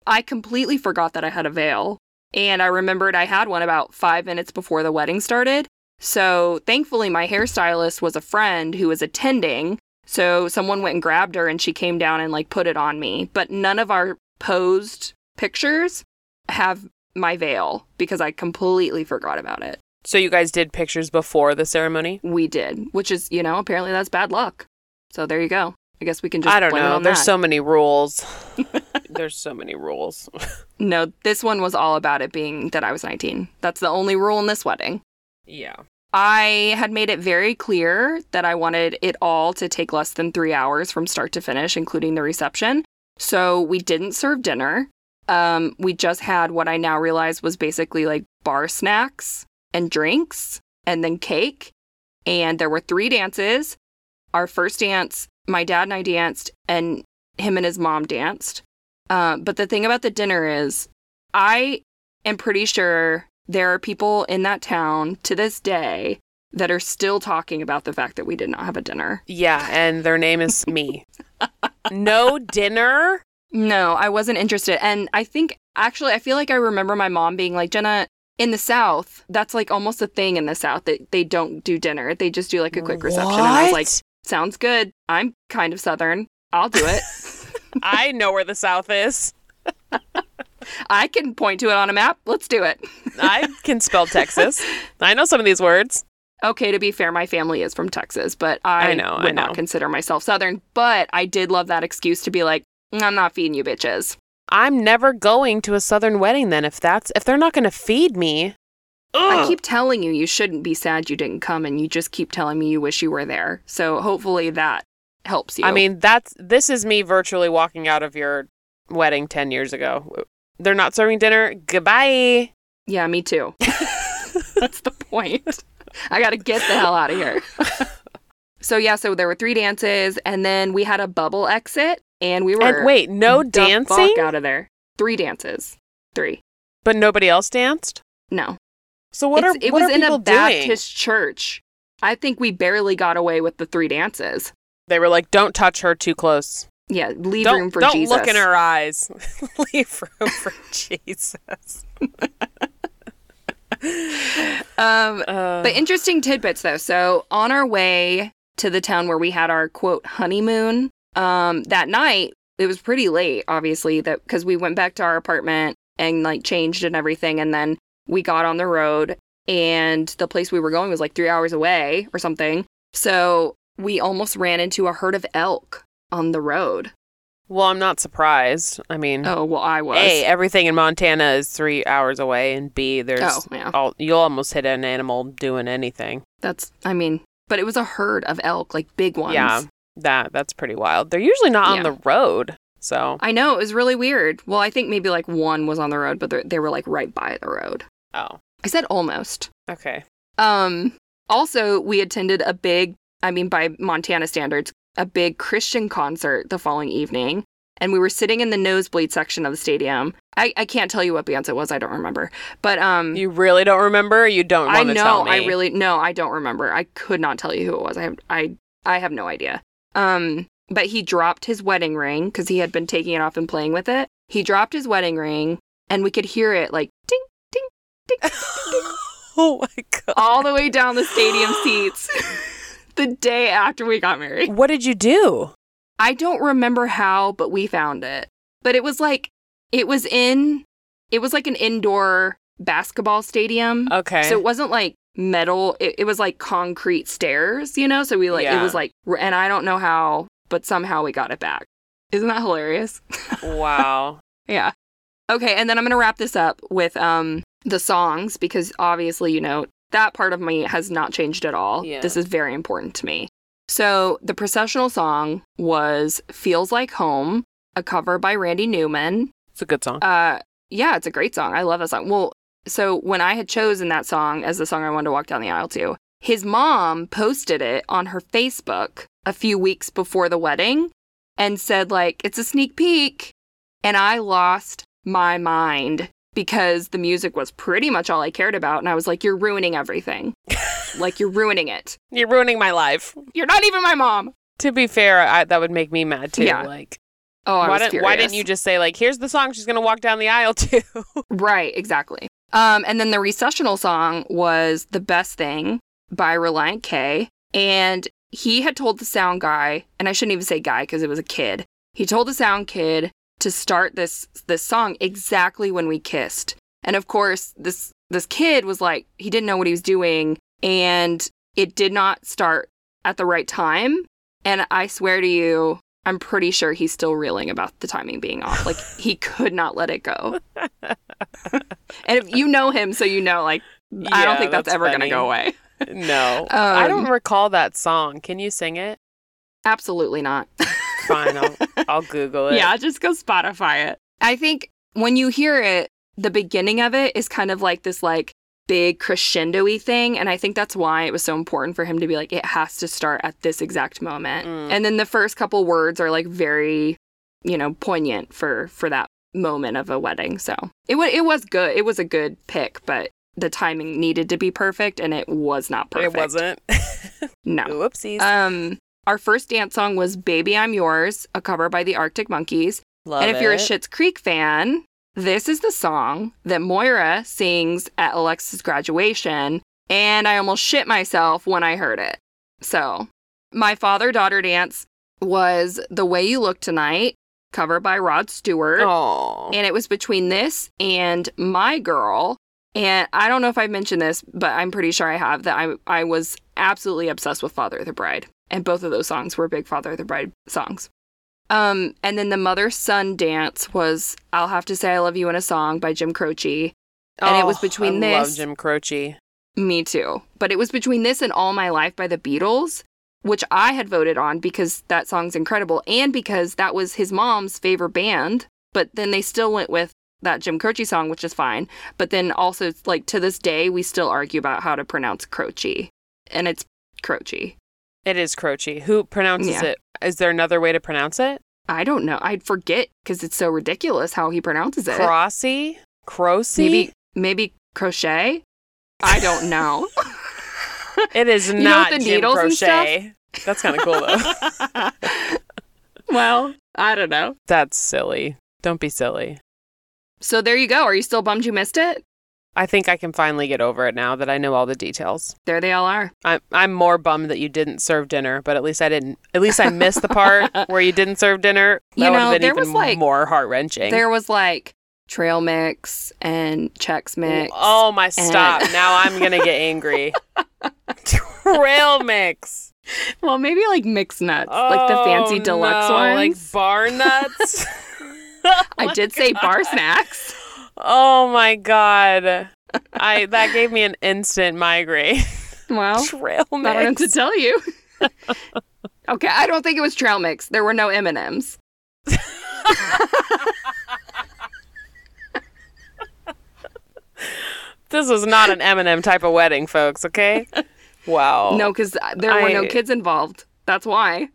[SPEAKER 1] I completely forgot that I had a veil, and I remembered I had one about five minutes before the wedding started. So thankfully, my hairstylist was a friend who was attending. So someone went and grabbed her, and she came down and like put it on me. But none of our posed pictures have my veil because I completely forgot about it.
[SPEAKER 2] So, you guys did pictures before the ceremony?
[SPEAKER 1] We did, which is you know apparently that's bad luck. So there you go. I guess we can just
[SPEAKER 2] I don't
[SPEAKER 1] blame it
[SPEAKER 2] know.
[SPEAKER 1] on
[SPEAKER 2] There's
[SPEAKER 1] that.
[SPEAKER 2] so many rules. There's so many rules.
[SPEAKER 1] No, this one was all about it being that I was 19. That's the only rule in this wedding.
[SPEAKER 2] Yeah.
[SPEAKER 1] I had made it very clear that I wanted it all to take less than three hours from start to finish, including the reception. So we didn't serve dinner. Um, we just had what I now realize was basically like bar snacks and drinks and then cake. And there were three dances. Our first dance, my dad and I danced, and him and his mom danced. Uh, but the thing about the dinner is, I am pretty sure there are people in that town to this day that are still talking about the fact that we did not have a dinner.
[SPEAKER 2] Yeah, and their name is me. no dinner.
[SPEAKER 1] No, I wasn't interested. And I think actually, I feel like I remember my mom being like, Jenna, in the South, that's like almost a thing in the South that they don't do dinner. They just do like a quick reception. And I was like,
[SPEAKER 2] What?
[SPEAKER 1] sounds good. I'm kind of Southern. I'll do it.
[SPEAKER 2] I know where the South is.
[SPEAKER 1] I can point to it on a map. Let's do it.
[SPEAKER 2] I can spell Texas. I know some of these words.
[SPEAKER 1] Okay, to be fair, my family is from Texas, but I,
[SPEAKER 2] I know,
[SPEAKER 1] would
[SPEAKER 2] I know.
[SPEAKER 1] not consider myself Southern. But I did love that excuse to be like, "Mm, I'm not feeding you bitches.
[SPEAKER 2] I'm never going to a Southern wedding then if that's if they're not going to feed me.
[SPEAKER 1] I
[SPEAKER 2] Ugh.
[SPEAKER 1] keep telling you, you shouldn't be sad you didn't come, and you just keep telling me you wish you were there. So hopefully that helps you.
[SPEAKER 2] I mean, that's this is me virtually walking out of your wedding 10 years ago. They're not serving dinner. Goodbye.
[SPEAKER 1] yeah, me too. That's the point. I got to get the hell out of here. so, yeah, so there were three dances, and then we had a bubble exit, and we were.
[SPEAKER 2] And wait, no
[SPEAKER 1] the
[SPEAKER 2] dancing?
[SPEAKER 1] fuck out of there. Three dances. Three.
[SPEAKER 2] But nobody else danced?
[SPEAKER 1] No.
[SPEAKER 2] So what
[SPEAKER 1] It's-
[SPEAKER 2] are
[SPEAKER 1] it
[SPEAKER 2] what
[SPEAKER 1] was
[SPEAKER 2] are
[SPEAKER 1] in
[SPEAKER 2] people
[SPEAKER 1] a
[SPEAKER 2] doing?
[SPEAKER 1] Baptist church. I think we barely got away with the three dances.
[SPEAKER 2] They were like, "Don't touch her too close.
[SPEAKER 1] Yeah, leave
[SPEAKER 2] don't
[SPEAKER 1] room for
[SPEAKER 2] don't
[SPEAKER 1] Jesus.
[SPEAKER 2] look in her eyes. Leave room for Jesus."
[SPEAKER 1] Um,
[SPEAKER 2] Uh,
[SPEAKER 1] but interesting tidbits though. So on our way to the town where we had our quote honeymoon, um, that night it was pretty late, obviously, that because we went back to our apartment and like changed and everything, and then we got on the road, and the place we were going was like three hours away or something. So we almost ran into a herd of elk on the road.
[SPEAKER 2] well, I'm not surprised. I mean,
[SPEAKER 1] Oh well, I was.
[SPEAKER 2] A, everything in Montana is three hours away, and B, there's
[SPEAKER 1] oh yeah,
[SPEAKER 2] all, you'll almost hit an animal doing anything.
[SPEAKER 1] that's. I mean, but it was a herd of elk, like big ones.
[SPEAKER 2] Yeah, that that's pretty wild. They're usually not on
[SPEAKER 1] Yeah.
[SPEAKER 2] the road, so
[SPEAKER 1] I know it was really weird. Well, I think maybe like one was on the road, but they- they were like right by the road.
[SPEAKER 2] oh,
[SPEAKER 1] I said almost.
[SPEAKER 2] okay,
[SPEAKER 1] Um also we attended a big, I mean by Montana standards, a big Christian concert the following evening. And we were sitting in the nosebleed section of the stadium. I, I can't tell you what Beyonce was, I don't remember. But um
[SPEAKER 2] you really don't remember. You don't
[SPEAKER 1] I
[SPEAKER 2] want to tell
[SPEAKER 1] know.
[SPEAKER 2] me.
[SPEAKER 1] I really no. I don't remember. I could not tell you who it was. I have. I. I have no idea. Um. But he dropped his wedding ring because he had been taking it off and playing with it. He dropped his wedding ring, and we could hear it like ding
[SPEAKER 2] oh my god!
[SPEAKER 1] all the way down the stadium seats. the day after we got married,
[SPEAKER 2] What did you do?
[SPEAKER 1] I don't remember how, but we found it. But it was like it was in. It was like an indoor basketball stadium.
[SPEAKER 2] Okay,
[SPEAKER 1] So it wasn't like metal. It, it was like concrete stairs, you know? So we like,
[SPEAKER 2] Yeah.
[SPEAKER 1] it was like, and I don't know how, but somehow we got it back. Isn't that hilarious?
[SPEAKER 2] wow.
[SPEAKER 1] yeah. Okay. And then I'm going to wrap this up with um, the songs because obviously, you know, that part of me has not changed at all.
[SPEAKER 2] Yeah.
[SPEAKER 1] This is very important to me. So the processional song was Feels Like Home, a cover by Randy Newman.
[SPEAKER 2] It's a good song.
[SPEAKER 1] Uh, yeah, it's a great song. I love that song. Well, so when I had chosen that song as the song I wanted to walk down the aisle to, his mom posted it on her Facebook a few weeks before the wedding and said, like, it's a sneak peek. And I lost my mind because the music was pretty much all I cared about. And I was like, you're ruining everything. like, you're ruining it.
[SPEAKER 2] You're ruining my life.
[SPEAKER 1] You're not even my mom.
[SPEAKER 2] To be fair, I, that would make me mad too.
[SPEAKER 1] Yeah.
[SPEAKER 2] Like,
[SPEAKER 1] Oh, I
[SPEAKER 2] why,
[SPEAKER 1] was
[SPEAKER 2] didn't, why
[SPEAKER 1] furious.
[SPEAKER 2] didn't you just say like, "Here's the song she's gonna walk down the aisle to"?
[SPEAKER 1] Right, exactly. Um, and then the recessional song was The Best Thing by Reliant K. And he had told the sound guy, and I shouldn't even say guy because it was a kid. He told the sound kid to start this this song exactly when we kissed. And of course, this this kid was like, he didn't know what he was doing, and it did not start at the right time. And I swear to you, I'm pretty sure he's still reeling about the timing being off. Like he could not let it go. And if you know him, so you know, like, I
[SPEAKER 2] Yeah,
[SPEAKER 1] don't think that's, ever going to
[SPEAKER 2] funny.
[SPEAKER 1] go away.
[SPEAKER 2] No, I don't
[SPEAKER 1] Um,
[SPEAKER 2] recall that song. Can you sing it?
[SPEAKER 1] Absolutely not.
[SPEAKER 2] Fine, I'll, I'll Google it.
[SPEAKER 1] yeah, just go Spotify it. I think when you hear it, the beginning of it is kind of like this, like, big crescendo y thing. And I think that's why it was so important for him to be like, it has to start at this exact moment.
[SPEAKER 2] Mm.
[SPEAKER 1] And then the first couple words are like very, you know, poignant for for that moment of a wedding. So it wa it was good. It was a good pick, but the timing needed to be perfect, and it was not perfect.
[SPEAKER 2] it wasn't.
[SPEAKER 1] No.
[SPEAKER 2] Whoopsies.
[SPEAKER 1] Um, Our first dance song was Baby I'm Yours, a cover by the Arctic Monkeys.
[SPEAKER 2] Love
[SPEAKER 1] and if you're a
[SPEAKER 2] it.
[SPEAKER 1] Schitt's Creek fan, this is the song that Moira sings at Alexa's graduation. And I almost shit myself when I heard it. So, my father daughter dance was The Way You Look Tonight, covered by Rod Stewart.
[SPEAKER 2] Aw.
[SPEAKER 1] And it was between this and My Girl. And I don't know if I've mentioned this, but I'm pretty sure I have that I I was absolutely obsessed with Father of the Bride. And both of those songs were big Father of the Bride songs. Um, and then the mother son dance was I'll Have to Say I Love You in a Song by Jim Croce. and it was
[SPEAKER 2] Oh,
[SPEAKER 1] between
[SPEAKER 2] I love
[SPEAKER 1] this-
[SPEAKER 2] Jim Croce.
[SPEAKER 1] Me too. But it was between this and All My Life by the Beatles, which I had voted on because that song's incredible and because that was his mom's favorite band. But then they still went with that Jim Croce song, which is fine. But then also, like to this day, we still argue about how to pronounce Croce. And it's Croce.
[SPEAKER 2] It is Croce. Who pronounces
[SPEAKER 1] Yeah.
[SPEAKER 2] it? Is there another way to pronounce it?
[SPEAKER 1] I don't know. I'd forget because it's so ridiculous how he pronounces it.
[SPEAKER 2] Crossy? Croce?
[SPEAKER 1] maybe, maybe crochet? I don't know.
[SPEAKER 2] It is
[SPEAKER 1] know,
[SPEAKER 2] not
[SPEAKER 1] with the
[SPEAKER 2] Jim
[SPEAKER 1] needles and
[SPEAKER 2] Croce. That's kind of cool though.
[SPEAKER 1] well, I don't know.
[SPEAKER 2] That's silly. Don't be silly.
[SPEAKER 1] So there you go. Are you still bummed you missed it?
[SPEAKER 2] I think I can finally get over it now that I know all the details.
[SPEAKER 1] There they all are.
[SPEAKER 2] I'm I'm more bummed that you didn't serve dinner, but at least I didn't. At least I missed the part where you didn't serve dinner. That
[SPEAKER 1] You know,
[SPEAKER 2] would have been
[SPEAKER 1] there
[SPEAKER 2] even
[SPEAKER 1] was, like-
[SPEAKER 2] more heart wrenching.
[SPEAKER 1] There was like trail mix and checks mix.
[SPEAKER 2] Oh my! Stop!
[SPEAKER 1] and-
[SPEAKER 2] Now I'm gonna get angry. Trail mix,
[SPEAKER 1] Well, maybe like mixed nuts, like the
[SPEAKER 2] Oh,
[SPEAKER 1] fancy deluxe
[SPEAKER 2] no,
[SPEAKER 1] ones.
[SPEAKER 2] like bar nuts.
[SPEAKER 1] I did say bar snacks.
[SPEAKER 2] Oh my god! I that gave me an instant migraine.
[SPEAKER 1] Well,
[SPEAKER 2] Trail
[SPEAKER 1] I don't know what to
[SPEAKER 2] mix.
[SPEAKER 1] tell you. okay, I don't think it was trail mix. There were no M and M's.
[SPEAKER 2] This was not an Eminem type of wedding, folks. Okay. Wow.
[SPEAKER 1] No, because there were no
[SPEAKER 2] Oh, I-
[SPEAKER 1] kids involved. That's why.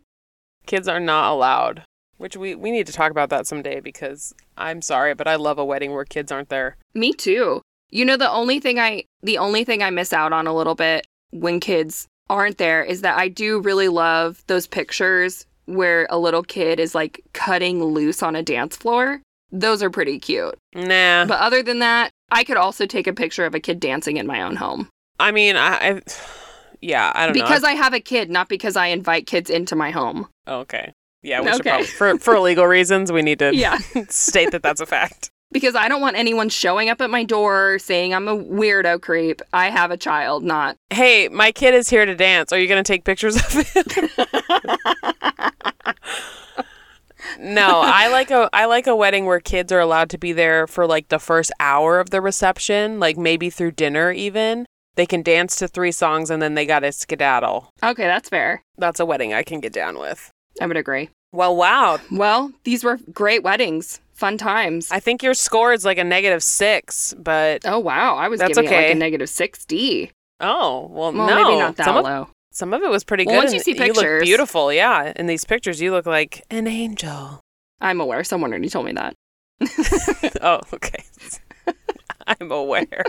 [SPEAKER 2] kids are not allowed which we, we need to talk about that someday because i'm sorry but i love a wedding where kids aren't there
[SPEAKER 1] Me too. You know the only thing I the only thing I miss out on a little bit when kids aren't there is that I do really love those pictures where a little kid is like cutting loose on a dance floor. Those are pretty cute.
[SPEAKER 2] nah
[SPEAKER 1] But other than that, I could also take a picture of a kid dancing in my own home
[SPEAKER 2] i mean i, I yeah i don't
[SPEAKER 1] because
[SPEAKER 2] know
[SPEAKER 1] I have a kid, not because I invite kids into my home.
[SPEAKER 2] okay yeah we should
[SPEAKER 1] Okay.
[SPEAKER 2] probably, for, for legal reasons we need to
[SPEAKER 1] Yeah.
[SPEAKER 2] state that that's a fact
[SPEAKER 1] Because I don't want anyone showing up at my door saying I'm a weirdo creep. I have a child, not.
[SPEAKER 2] hey my kid is here to dance are you gonna take pictures of him no i like a i like a wedding where kids are allowed to be there for like the first hour of the reception like maybe through dinner even they can dance to three songs and then they gotta skedaddle
[SPEAKER 1] Okay, that's fair.
[SPEAKER 2] that's a wedding i can get down with
[SPEAKER 1] I would agree.
[SPEAKER 2] well wow
[SPEAKER 1] Well, these were great weddings, fun times.
[SPEAKER 2] i think your score is like a negative six but
[SPEAKER 1] oh wow, I was
[SPEAKER 2] That's
[SPEAKER 1] giving it
[SPEAKER 2] okay.
[SPEAKER 1] like a negative sixty.
[SPEAKER 2] oh
[SPEAKER 1] Well,
[SPEAKER 2] well, no
[SPEAKER 1] maybe not that
[SPEAKER 2] some of,
[SPEAKER 1] low.
[SPEAKER 2] some of it was pretty
[SPEAKER 1] Well,
[SPEAKER 2] good
[SPEAKER 1] once you
[SPEAKER 2] and
[SPEAKER 1] see
[SPEAKER 2] look
[SPEAKER 1] pictures-
[SPEAKER 2] beautiful yeah in these pictures you look like an angel
[SPEAKER 1] I'm aware. Someone already told me that.
[SPEAKER 2] oh okay i'm aware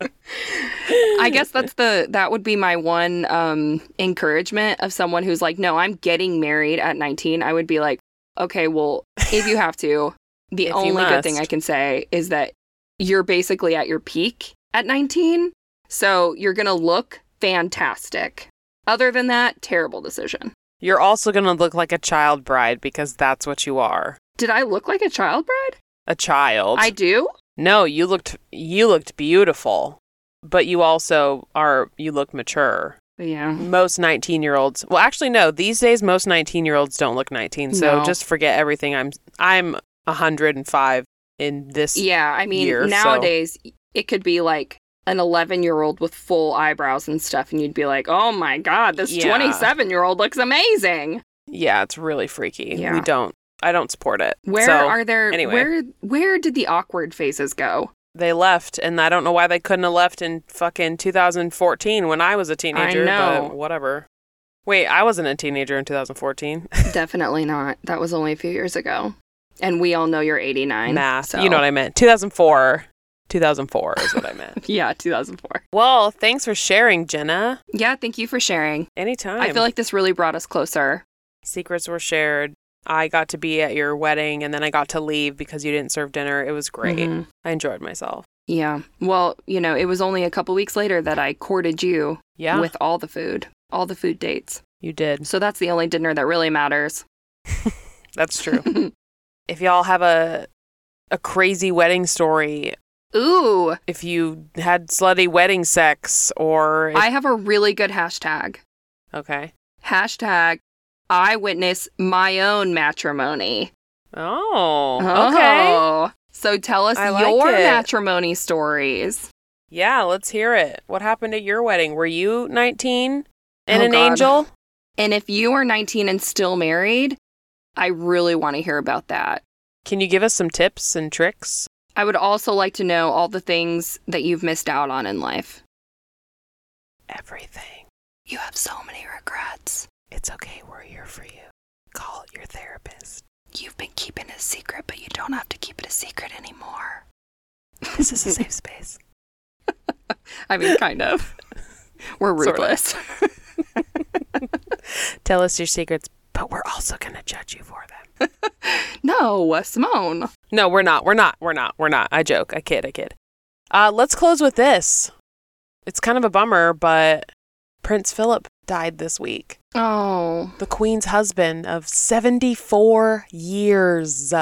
[SPEAKER 1] I guess that's the that would be my one um, encouragement of someone who's like, no, I'm getting married at 19. I would be like, okay, well, if you have to, the
[SPEAKER 2] If you
[SPEAKER 1] only good thing
[SPEAKER 2] must.
[SPEAKER 1] I can say is that you're basically at your peak at 19, so you're gonna look fantastic. Other than that, terrible decision.
[SPEAKER 2] You're also going to look like a child bride because that's what you are.
[SPEAKER 1] Did I look like a child bride?
[SPEAKER 2] A child.
[SPEAKER 1] I do.
[SPEAKER 2] No, you looked you looked beautiful, but you also are you look mature.
[SPEAKER 1] Yeah.
[SPEAKER 2] Most 19-year-olds. Well, actually no, these days most 19-year-olds don't look 19. So
[SPEAKER 1] No.
[SPEAKER 2] just forget everything I'm I'm 105 in this
[SPEAKER 1] Yeah, I mean
[SPEAKER 2] year, so-
[SPEAKER 1] nowadays it could be like an 11 year old with full eyebrows and stuff, and you'd be like, "Oh my god, this
[SPEAKER 2] Yeah.
[SPEAKER 1] 27 year old looks amazing."
[SPEAKER 2] Yeah, it's really freaky.
[SPEAKER 1] Yeah.
[SPEAKER 2] We don't I don't support it.
[SPEAKER 1] Where
[SPEAKER 2] So,
[SPEAKER 1] are there?
[SPEAKER 2] anyway.
[SPEAKER 1] Where where did the awkward faces go?
[SPEAKER 2] they left and I don't know why they couldn't have left in fucking 2014 when I was a teenager,
[SPEAKER 1] know.
[SPEAKER 2] but whatever. Wait, I wasn't a teenager in 2014.
[SPEAKER 1] Definitely not. That was only a few years ago, and we all know you're 89.
[SPEAKER 2] Math.
[SPEAKER 1] so-
[SPEAKER 2] You know what I meant. 2004. 2004 is what I meant.
[SPEAKER 1] Yeah, 2004.
[SPEAKER 2] well, thanks for sharing, Jenna.
[SPEAKER 1] Yeah, thank you for sharing.
[SPEAKER 2] Anytime.
[SPEAKER 1] I feel like this really brought us closer.
[SPEAKER 2] secrets were shared. I got to be at your wedding and then I got to leave because you didn't serve dinner. It was great.
[SPEAKER 1] Mhm.
[SPEAKER 2] I enjoyed myself.
[SPEAKER 1] Yeah. Well, you know, it was only a couple weeks later that I courted you
[SPEAKER 2] Yeah.
[SPEAKER 1] with all the food, all the food dates.
[SPEAKER 2] you did.
[SPEAKER 1] So that's the only dinner that really matters.
[SPEAKER 2] That's true. if y'all have a a crazy wedding story,
[SPEAKER 1] Ooh,
[SPEAKER 2] if you had slutty wedding sex or if-
[SPEAKER 1] I have a really good hashtag.
[SPEAKER 2] okay.
[SPEAKER 1] Hashtag I witness my own matrimony.
[SPEAKER 2] Oh. Okay.
[SPEAKER 1] Oh. So tell us
[SPEAKER 2] I like
[SPEAKER 1] your
[SPEAKER 2] it.
[SPEAKER 1] matrimony stories.
[SPEAKER 2] Yeah, let's hear it. What happened at your wedding? Were you 19 and
[SPEAKER 1] Oh,
[SPEAKER 2] an
[SPEAKER 1] God.
[SPEAKER 2] angel?
[SPEAKER 1] And if you are 19 and still married, I really want to hear about that.
[SPEAKER 2] Can you give us some tips and tricks?
[SPEAKER 1] I would also like to know all the things that you've missed out on in life.
[SPEAKER 2] Everything.
[SPEAKER 1] You have so many regrets.
[SPEAKER 2] It's okay. We're here for you. Call your therapist.
[SPEAKER 1] You've been keeping it a secret, but you don't have to keep it a secret anymore.
[SPEAKER 2] This is a safe space.
[SPEAKER 1] I mean, kind of. We're
[SPEAKER 2] Sort of.
[SPEAKER 1] ruthless.
[SPEAKER 2] Tell us your secrets, but we're also going to judge you for them.
[SPEAKER 1] No, Simone.
[SPEAKER 2] No, we're not. We're not. We're not. We're not. I joke. I kid. I kid. Uh, let's close with this. It's kind of a bummer, but Prince Philip died this week.
[SPEAKER 1] Oh,
[SPEAKER 2] The Queen's husband of 74 years.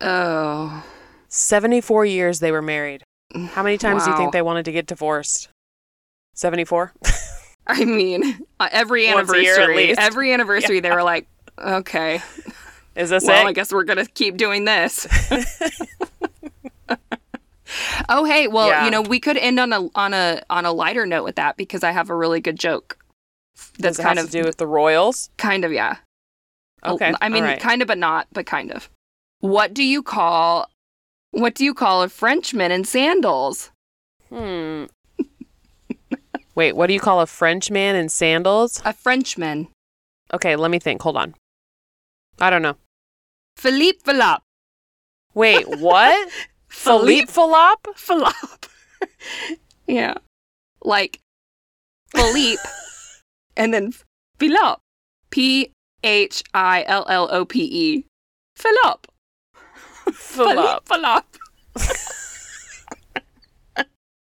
[SPEAKER 1] oh.
[SPEAKER 2] 74 years they were married. How many times do you
[SPEAKER 1] Wow.
[SPEAKER 2] think they wanted to get divorced? 74?
[SPEAKER 1] I mean, uh, every
[SPEAKER 2] Once a
[SPEAKER 1] anniversary,
[SPEAKER 2] year at least.
[SPEAKER 1] every anniversary, they were like, "Okay,
[SPEAKER 2] Is this
[SPEAKER 1] well, I
[SPEAKER 2] it?
[SPEAKER 1] guess we're gonna keep doing this." oh, hey, well,
[SPEAKER 2] Yeah.
[SPEAKER 1] you know, we could end on a on a on a lighter note with that because I have a really good joke. That's
[SPEAKER 2] Does it
[SPEAKER 1] kind
[SPEAKER 2] have
[SPEAKER 1] of
[SPEAKER 2] to do with the royals?
[SPEAKER 1] kind of yeah. A-
[SPEAKER 2] Okay.
[SPEAKER 1] I mean,
[SPEAKER 2] all right.
[SPEAKER 1] kind of, but not, but kind of. What do you call? What do you call a Frenchman in sandals?
[SPEAKER 2] Hmm. Wait, what do you call a French man in sandals?
[SPEAKER 1] A Frenchman,
[SPEAKER 2] Okay, let me think. Hold on. I don't know.
[SPEAKER 1] Philippe Philop.
[SPEAKER 2] Wait, what? Philippe Philop?
[SPEAKER 1] Philop. yeah. Like Philippe and then Philop. P H I L L O P E. Philop.
[SPEAKER 2] Philop.
[SPEAKER 1] Philop.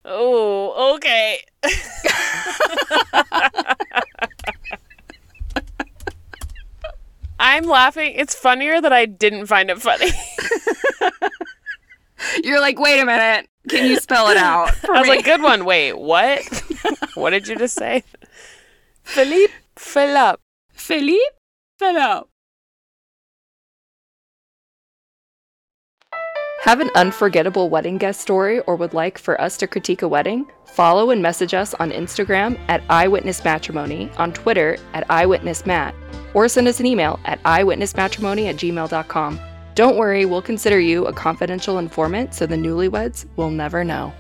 [SPEAKER 2] Oh, okay. I'm laughing. It's funnier that I didn't find it funny.
[SPEAKER 1] You're like, wait a minute. Can you spell it out? For
[SPEAKER 2] I was
[SPEAKER 1] me?
[SPEAKER 2] like, good one. Wait, what? what did you just say? Philippe Philop.
[SPEAKER 1] Philippe? Philop. Have an unforgettable wedding guest story or would like for us to critique a wedding? Follow and message us on Instagram at Eyewitness Matrimony, on Twitter at Eyewitness Matt, or send us an email at eyewitnessmatrimony at gmail.com. Don't worry, we'll consider you a confidential informant so the newlyweds will never know.